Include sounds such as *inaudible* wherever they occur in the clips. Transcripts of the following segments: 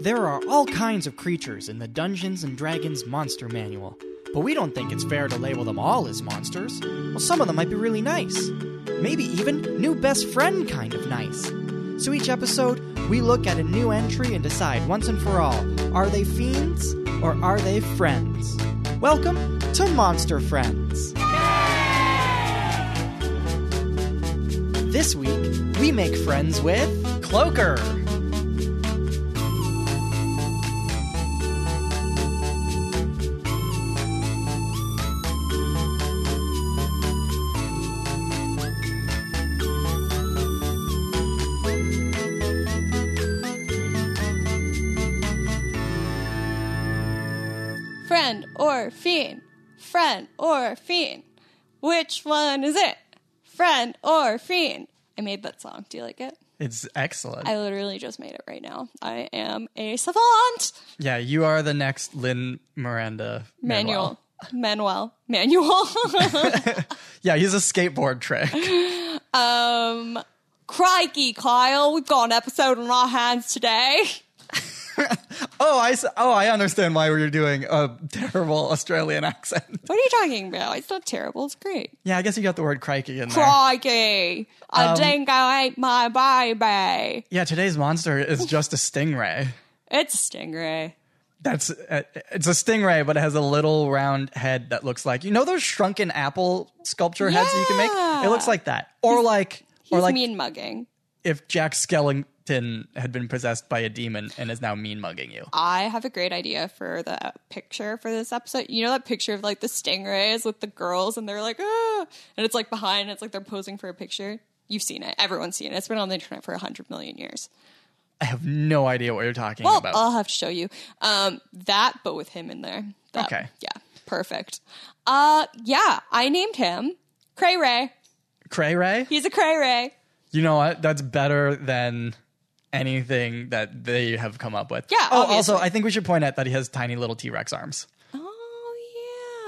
There are all kinds of creatures in the Dungeons and Dragons Monster Manual, but we don't think it's fair to label them all as monsters. Well, some of them might be really nice. Maybe even new best friend kind of nice. So each episode, we look at a new entry and decide once and for all are they fiends or are they friends? Welcome to Monster Friends. This week, we make friends with Cloaker. Friend or fiend? Friend or fiend? Which one is it? Friend or fiend? I made that song. Do you like it? It's excellent. I literally just made it right now. I am a savant. yeah, you are the next Lynn Miranda Manuel. Manuel. Manuel. *laughs* Yeah, he's a skateboard trick. *laughs* um, crikey, Kyle. We've got an episode on our hands today. oh, I s- oh I understand why you're doing a terrible Australian *laughs* accent. What are you talking about? It's not terrible. It's great. Yeah, I guess you got the word crikey in there. Crikey. I think I ate my baby. Yeah, today's monster is just a stingray. It's a stingray. That's uh, it's a stingray, but it has a little round head that looks like you know those shrunken apple sculpture heads that you can make. It looks like that, or like He's or like mean mugging. if Jack Skellington had been possessed by a demon and is now mean mugging you. I have a great idea for the picture for this episode. You know that picture of like the stingrays with the girls and they're like, ah, and it's like behind, and it's like they're posing for a picture. You've seen it. Everyone's seen it. It's been on the internet for a hundred million years. I have no idea what you're talking Well, uh, about. I'll have to show you um, that, but with him in there. That- Okay. Yeah. Perfect. Uh, yeah. I named him Cray Ray. Cray Ray? He's a Cray Ray. You know what? That's better than anything that they have come up with. Yeah, Oh, obviously. also, I think we should point out that he has tiny little T Rex arms. Oh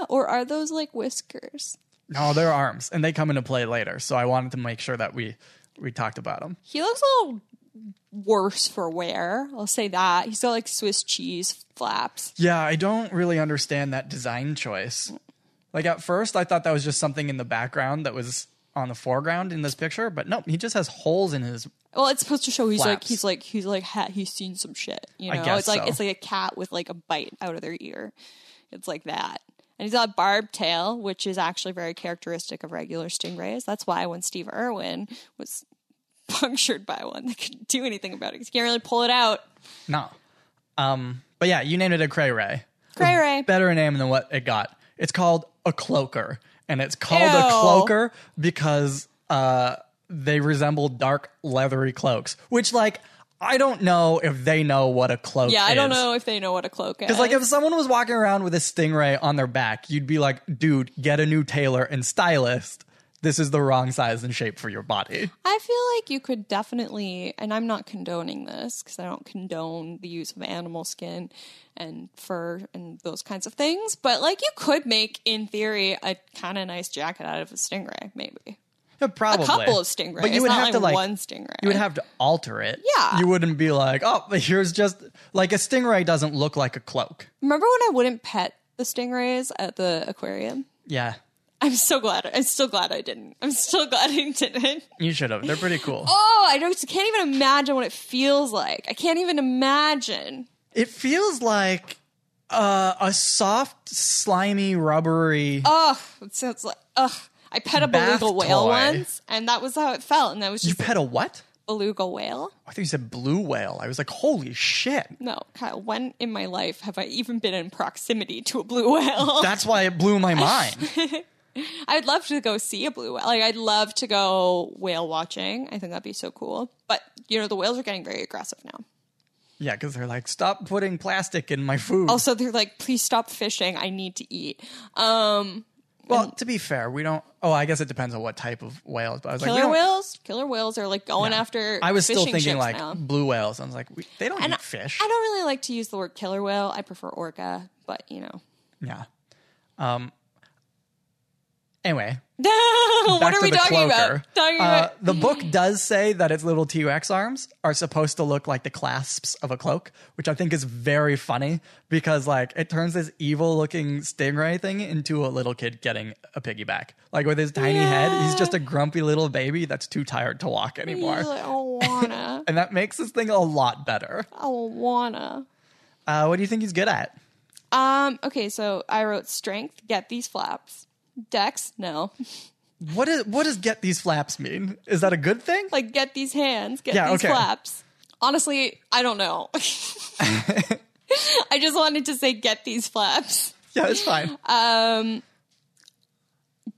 yeah. Or are those like whiskers? No, they're arms, and they come into play later. So I wanted to make sure that we we talked about them. He looks a little worse for wear. I'll say that. He's got like Swiss cheese flaps. Yeah, I don't really understand that design choice. Like at first, I thought that was just something in the background that was on the foreground in this picture, but nope, he just has holes in his. Well, it's supposed to show he's like Flaps. he's like he's like ha- he's seen some shit. You I know, guess it's like so. it's like a cat with like a bite out of their ear. It's like that. And he's got a barbed tail, which is actually very characteristic of regular stingrays. That's why when Steve Irwin was *laughs* punctured by one, they couldn't do anything about it 'cause you can't really pull it out. No, um, but yeah, you named it a cray ray. Cray Ray. better name than what it got. It's called a cloaker, and it's called a Ew. cloaker because uh, they resemble dark leathery cloaks. Which, like, I don't know if they know what a cloak. Yeah, I don't is. know if they know what a cloak is. It's like if someone was walking around with a stingray on their back, you'd be like, "Dude, get a new tailor and stylist. This is the wrong size and shape for your body." I feel like you could definitely, and I'm not condoning this because I don't condone the use of animal skin and fur and those kinds of things, but like you could make, in theory, a kind of nice jacket out of a stingray, maybe. Yeah, Probably A couple of stingrays, but you would not have like to like one stingray. You would have to alter it. Yeah. you wouldn't be like, "Oh, but here's just like a stingray doesn't look like a cloak." Remember when I wouldn't pet the stingrays at the aquarium? Yeah, I'm so glad. I'm still glad I didn't. I'm still glad I didn't. *laughs* You should have. They're pretty cool. Oh, I don't, can't even imagine what it feels like. I can't even imagine. *laughs* It feels like uh, a soft, slimy, rubbery. ugh, it sounds like ugh. I pet a Bath beluga whale toy. once, and that was how it felt, and that was you just pet a what? beluga whale. Oh, I think you said blue whale. I was like, holy shit. No, Kyle, when in my life have I even been in proximity to a blue *laughs* whale? That's why it *laughs* blew my mind. I'd love to go see a blue whale. Like I'd love to go whale watching. I think that'd be so cool. But you know, the whales are getting very aggressive now. yeah, because they're like, stop putting plastic in my food. Also, they're like, please stop fishing. I need to eat. Um, well, to be fair, we don't. Oh, I guess it depends on what type of whales. But I was like, we don't- killer whales, killer whales are like going after. I was still fishing thinking ships like now. blue whales. I was like, we, they don't And eat I- fish. I don't really like to use the word killer whale. I prefer orca, but you know. yeah. Um. Anyway, *laughs* what Back are to we the talking cloaker. about? Talking Uh, about the book does say that its little T Rex arms are supposed to look like the clasps of a cloak, which I think is very funny because like it turns this evil looking stingray thing into a little kid getting a piggyback. Like with his tiny head, he's just a grumpy little baby that's too tired to walk anymore. *laughs* He's like, I *laughs* wanna. And that makes this thing a lot better. I wanna. Uh, what do you think he's good at? Um, okay, so I wrote strength, get these flaps. Dex, no. *laughs* What is what does get these flaps mean? Is that a good thing? Like get these hands, get Yeah, these okay. flaps. Honestly, I *laughs* don't know. *laughs* I just wanted to say get these flaps. Yeah, it's fine.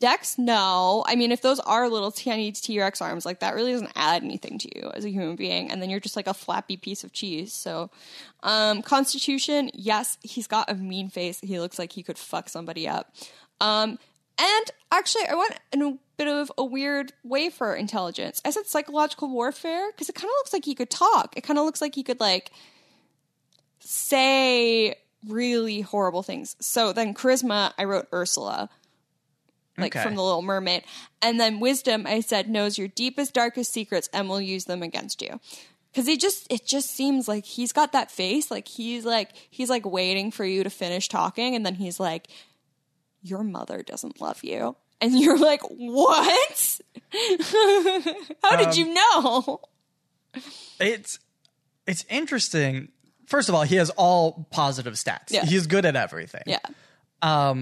Dex, no. I mean, if those are little tiny T Rex arms, like that really doesn't add anything to you as a human being. And then you're just like a flappy piece of cheese. So, um, Constitution, yes, he's got a mean face. He looks like he could fuck somebody up. Um, and actually, I went in a bit of a weird way for intelligence. I said psychological warfare because it kind of looks like he could talk. It kind of looks like he could, like, say really horrible things. So then charisma, I wrote Ursula, like Okay. from The Little Mermaid. And then wisdom, I said knows your deepest, darkest secrets and will use them against you. Cause he just it just seems like he's got that face. Like he's like he's like waiting for you to finish talking and then he's like, Your mother doesn't love you. And you're like, What? *laughs* How did you know? *laughs* It's it's interesting. First of all, he has all positive stats. Yeah. He's good at everything. Yeah.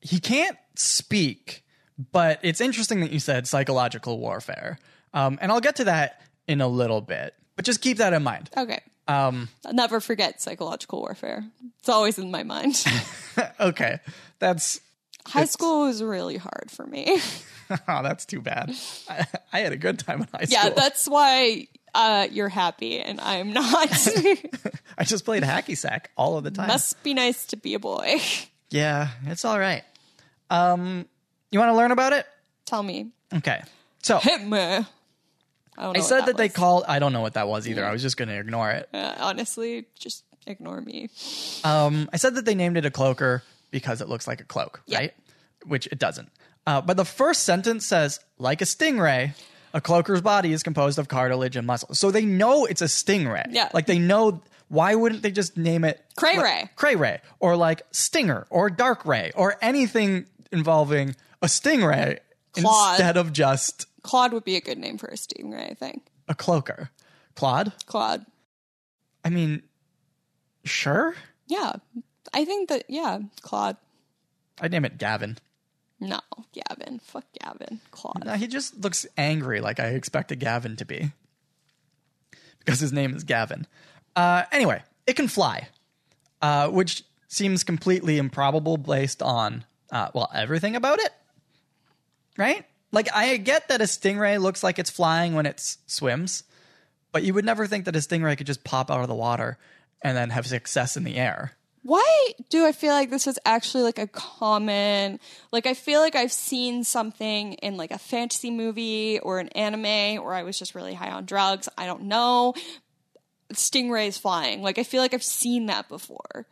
He can't speak, but it's interesting that you said psychological warfare. Um, and I'll get to that in a little bit. But just keep that in mind. Okay. Um, I'll never forget psychological warfare. It's always in my mind. *laughs* Okay. That's *laughs* High school was really hard for me. oh, that's too bad. I, I had a good time in high yeah, school. that's why uh, you're happy and *laughs* I'm not. *laughs* I just played hacky sack all of the time. Must be nice to be a boy. yeah, it's all right. Um, you want to learn about it? Tell me, Okay. So hit me. I, don't know I what said that, they was. called. I don't know what that was either. I was just going to ignore it. Uh, honestly, just ignore me. Um, I said that they named it a cloaker because it looks like a cloak, right? Which it doesn't. Uh, but the first sentence says, like a stingray, a cloaker's body is composed of cartilage and muscle. So they know it's a stingray. Yeah. Like they know. Why wouldn't they just name it Cray ray. like, cray ray or like stinger or dark ray or anything involving a stingray Claw. instead of just Claude would be a good name for a stingray, I think. a cloaker? Claude. Claude. I mean, sure. Yeah. I think that, yeah, Claude. I'd name it Gavin. No, Gavin. Fuck Gavin. Claude. No, he just looks angry, like I expected Gavin to be, because his name is Gavin. Uh, anyway, it can fly, uh, which seems completely improbable based on uh, well everything about it, right? Like I get that a stingray looks like it's flying when it s- swims, but you would never think that a stingray could just pop out of the water and then have success in the air. why do I feel like this is actually like a common like I feel like I've seen something in like a fantasy movie or an anime or I was just really high on drugs, I don't know. Stingrays flying. Like I feel like I've seen that before.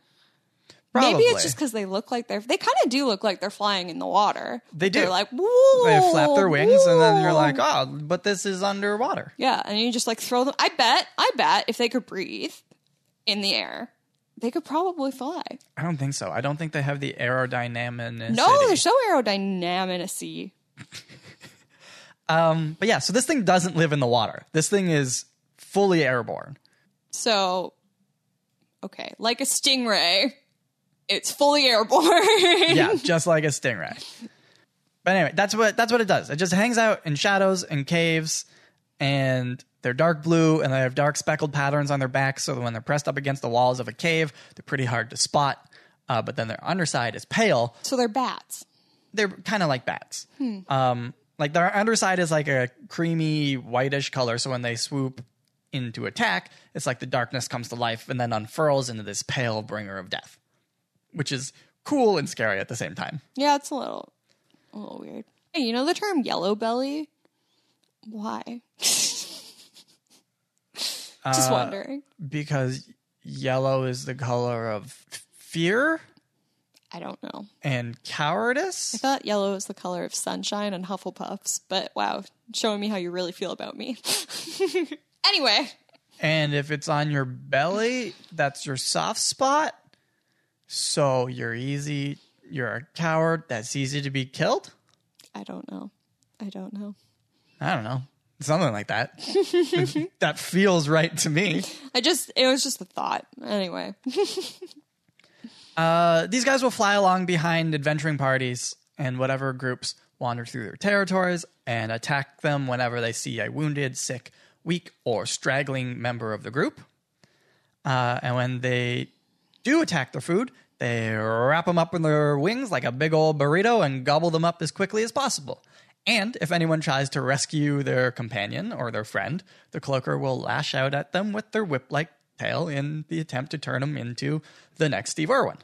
Probably. Maybe it's just because they look like they're they kind of do look like they're flying in the water. They do. They're like woo. they flap their wings, and then you're woo." like, oh, but this is underwater. Yeah, and you just like throw them. I bet, I bet if they could breathe in the air, they could probably fly. I don't think so. I don't think they have the aerodynamic. No, they're so aerodynamic. Um, but yeah, so this thing doesn't live in the water. This thing is fully airborne. So, okay, like a stingray, it's fully airborne. Yeah, just like a stingray. But anyway, that's what that's what it does. It just hangs out in shadows and caves, and they're dark blue, and they have dark speckled patterns on their backs. So that when they're pressed up against the walls of a cave, they're pretty hard to spot. Uh, but then their underside is pale, *laughs* So they're bats. they're kind of like bats. Um, like their underside is like a creamy whitish color, so when they swoop into attack, it's like the darkness comes to life and then unfurls into this pale bringer of death, which is cool and scary at the same time. Yeah, it's a little, a little weird. Hey, you know the term yellow belly? Why? Just wondering. Uh, Because yellow is the color of fear. I don't know. and I cowardice. thought yellow was the color of sunshine and Hufflepuffs, but wow, showing me how you really feel about me. *laughs* anyway, And if it's on your belly, that's your soft spot. So you're easy. You're a coward. That's easy to be killed. I don't know. I don't know. I don't know. Something like that. *laughs* that feels right to me. I just, it was just a thought. Anyway, *laughs* Uh, these guys will fly along behind adventuring parties and whatever groups wander through their territories and attack them whenever they see a wounded, sick, weak, or straggling member of the group. Uh, and when they do attack their food, they wrap them up in their wings like a big old burrito and gobble them up as quickly as possible. And if anyone tries to rescue their companion or their friend, the cloaker will lash out at them with their whip like tail in the attempt to turn them into the next Steve Irwin.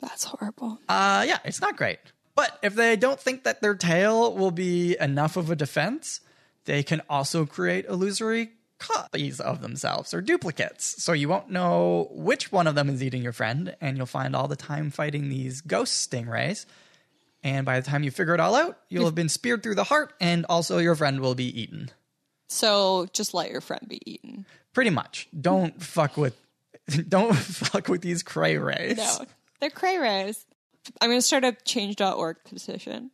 that's horrible. Uh, yeah, it's not great. But if they don't think that their tail will be enough of a defense, they can also create illusory copies of themselves or duplicates. So you won't know which one of them is eating your friend, and you'll find all the time fighting these ghost stingrays. And by the time you figure it all out, you'll have been speared through the heart, and also your friend will be eaten. So just let your friend be eaten. Pretty much. Don't fuck with. *laughs* Don't fuck with these cray rays. No, they're cray rays. I'm going to start a change.org petition.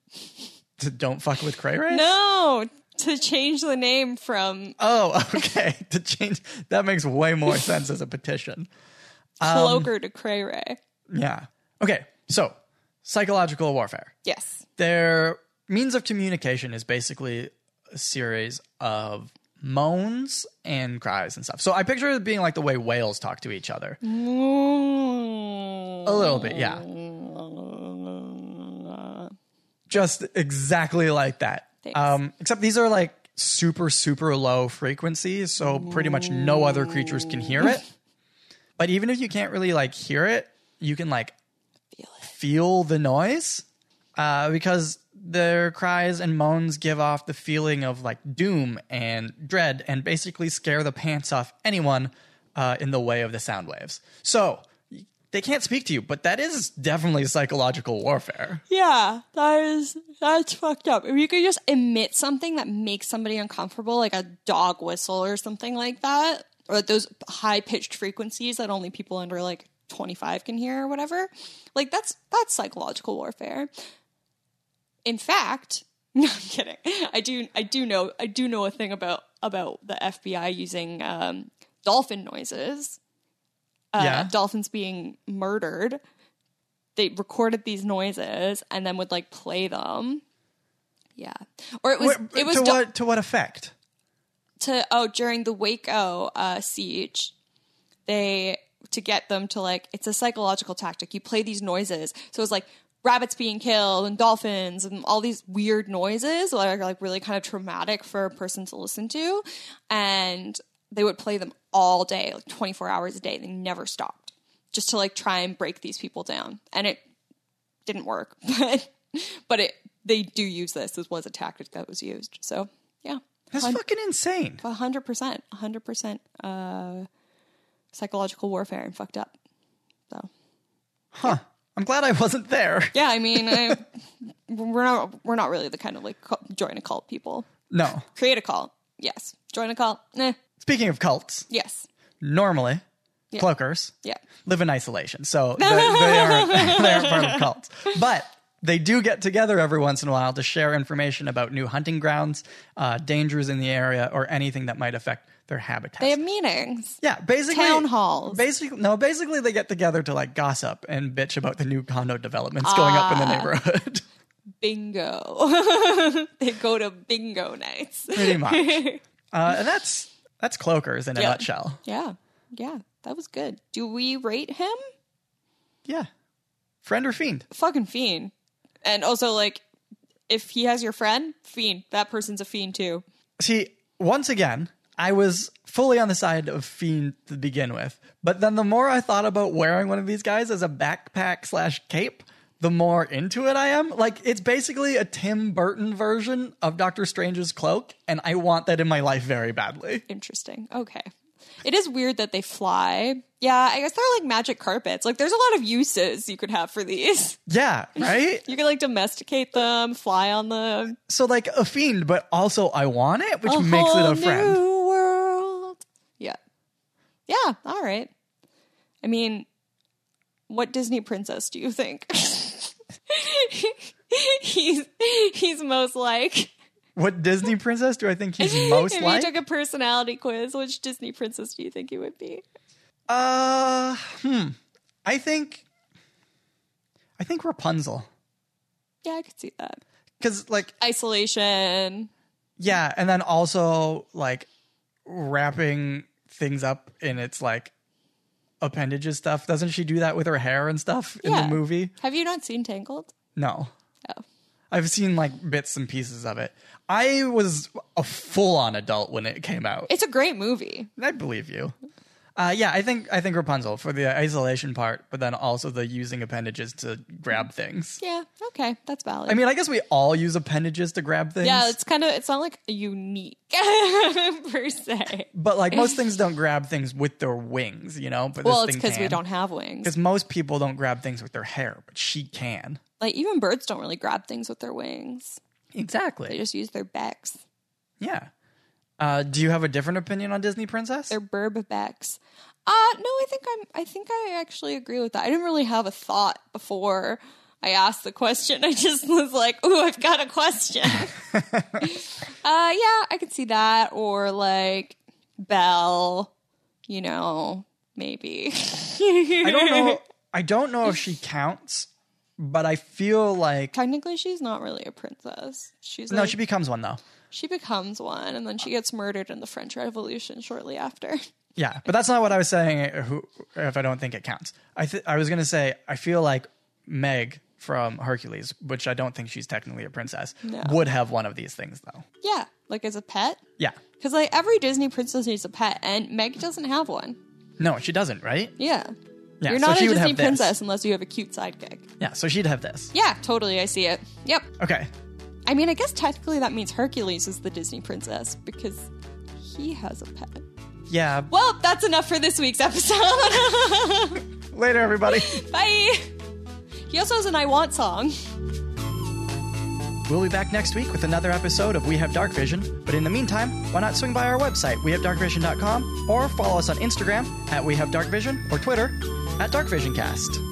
Don't fuck with cray rays. No, to change the name from Oh, *laughs* okay. to change that makes way more sense as a petition. Cloaker to Cray Ray. Yeah. Okay. So, psychological warfare. Yes. Their means of communication is basically a series of moans and cries and stuff. So I picture it being like the way whales talk to each other. A A little bit, yeah. Just exactly like that. Thanks. Um except these are like super super low frequency, so pretty much no other creatures can hear *laughs* it. But even if you can't really like hear it, you can like feel the noise uh, because their cries and moans give off the feeling of like doom and dread and basically scare the pants off anyone uh, in the way of the sound waves. So they can't speak to you, but that is definitely psychological warfare. Yeah, that is that's fucked up. If you could just emit something that makes somebody uncomfortable, like a dog whistle or something like that, or those high pitched frequencies that only people under like twenty five can hear or whatever, like that's that's psychological warfare. In fact, *laughs* no, I'm kidding. I do I do know I do know a thing about about the FBI using um, dolphin noises uh, Yeah. dolphins being murdered. They recorded these noises and then would like play them. Yeah, or it was Wait, it was to dol- what to what effect? to oh during the Waco uh, siege, they to get them to like it's a psychological tactic. You play these noises, so it's like rabbits being killed and dolphins and all these weird noises that are like really kind of traumatic for a person to listen to, and they would play them all day, like twenty four hours a day. They never stopped, just to like try and break these people down, and it didn't work, *laughs* but but it they do use this. This was a tactic that was used, so. Yeah. That's fucking insane. A hundred percent, a hundred percent uh, psychological warfare and fucked up. So Huh. I'm glad I wasn't *laughs* there. yeah, I mean, I, we're not we're not really the kind of like cu- join a cult people. No. Create a cult, yes. Join a cult, eh, Speaking of cults, yes, normally Yeah. cloakers yeah. live in isolation. *laughs* So they, they, aren't, *laughs* they aren't part of cults. But they do get together every once in a while to share information about new hunting grounds, uh, dangers in the area, or anything that might affect their habitat. They have meetings. yeah, basically town halls. Basically, no, basically they get together to like gossip and bitch about the new condo developments going up in Ah. the neighborhood. *laughs* Bingo. *laughs* they go to bingo nights. Pretty much. Uh, and that's that's cloakers in a Yeah. nutshell. Yeah, yeah. That was good. Do we rate him? Yeah, friend or fiend. fucking fiend. And also, like, if he has your friend, fiend. That person's a fiend too. See, once again, I was fully on the side of Fiend to begin with, but then the more I thought about wearing one of these guys as a backpack slash cape, the more into it I am. Like, it's basically a Tim Burton version of Doctor Strange's cloak, and I want that in my life very badly. Interesting. Okay. It is weird that they fly. Yeah, I guess they're like magic carpets. Like there's a lot of uses you could have for these. *laughs* Yeah, right? You can like domesticate them, fly on them. so, like a fiend, but also I want it, Oh, which makes it whole a friend. New world. Yeah. Yeah, all right. I mean, what Disney princess do you think? *laughs* he's he's most like What Disney princess do I think *laughs* he's most if like? you took a personality quiz, which Disney princess do you think he would be? uh, hmm. I think, I think Rapunzel. Yeah, I could see that. Because, like, Isolation. yeah, and then also, like, wrapping things up in its, like, appendages stuff. Doesn't she do that with her hair and stuff in Yeah. the movie? Have you not seen Tangled? No. Oh. I've seen like bits and pieces of it. I was a full on adult when it came out. It's a great movie. I believe you. Uh, yeah, I think I think Rapunzel for the isolation part, but then also the using appendages to grab things. Yeah. Okay. That's valid. I mean, I guess we all use appendages to grab things. yeah, it's kind of, it's not like unique *laughs* per se. but like *laughs* most things don't grab things with their wings, you know. But Well, this it's thing because we can. don't have wings. Because most people don't grab things with their hair, but she can. Like, even birds don't really grab things with their wings, they Exactly. just use their backs, Yeah. Uh, do you have a different opinion on Disney Princess? their burb backs. Uh, no, I think I'm, I think I actually agree with that. I didn't really have a thought before I asked the question. *laughs* I just was like, ooh, I've got *laughs* a question. Uh, yeah, I could see that. Or like Belle, you know, maybe. *laughs* I don't *laughs* know. I don't know if she counts, but I feel like Technically, she's not really a princess. She's no. like- She becomes one though. she becomes one, and then she gets murdered in the French Revolution shortly after. *laughs* Yeah, but that's not what I was saying. uh, Who, if I don't think it counts, I th- I was gonna say I feel like Meg from Hercules, which I don't think she's technically a princess, would have one of these things though. Yeah, like as a pet, Yeah. because like every Disney princess needs a pet, and Meg doesn't have one. No, she doesn't, right? Yeah, Yeah. you're not she a would Disney have this. princess unless you have a cute sidekick. Yeah, so she'd have this. Yeah, totally, I see it. Yep. Okay. I mean, I guess technically that means Hercules is the Disney princess because he has a pet. Yeah. Well, that's enough for this week's episode. Later, everybody. *laughs* Bye. He also has an I Want song. We'll be back next week with another episode of We Have Dark Vision. But in the meantime, why not swing by our website, wehavedarkvision.com, or follow us on Instagram at We Have Dark Vision or Twitter at DarkVisionCast.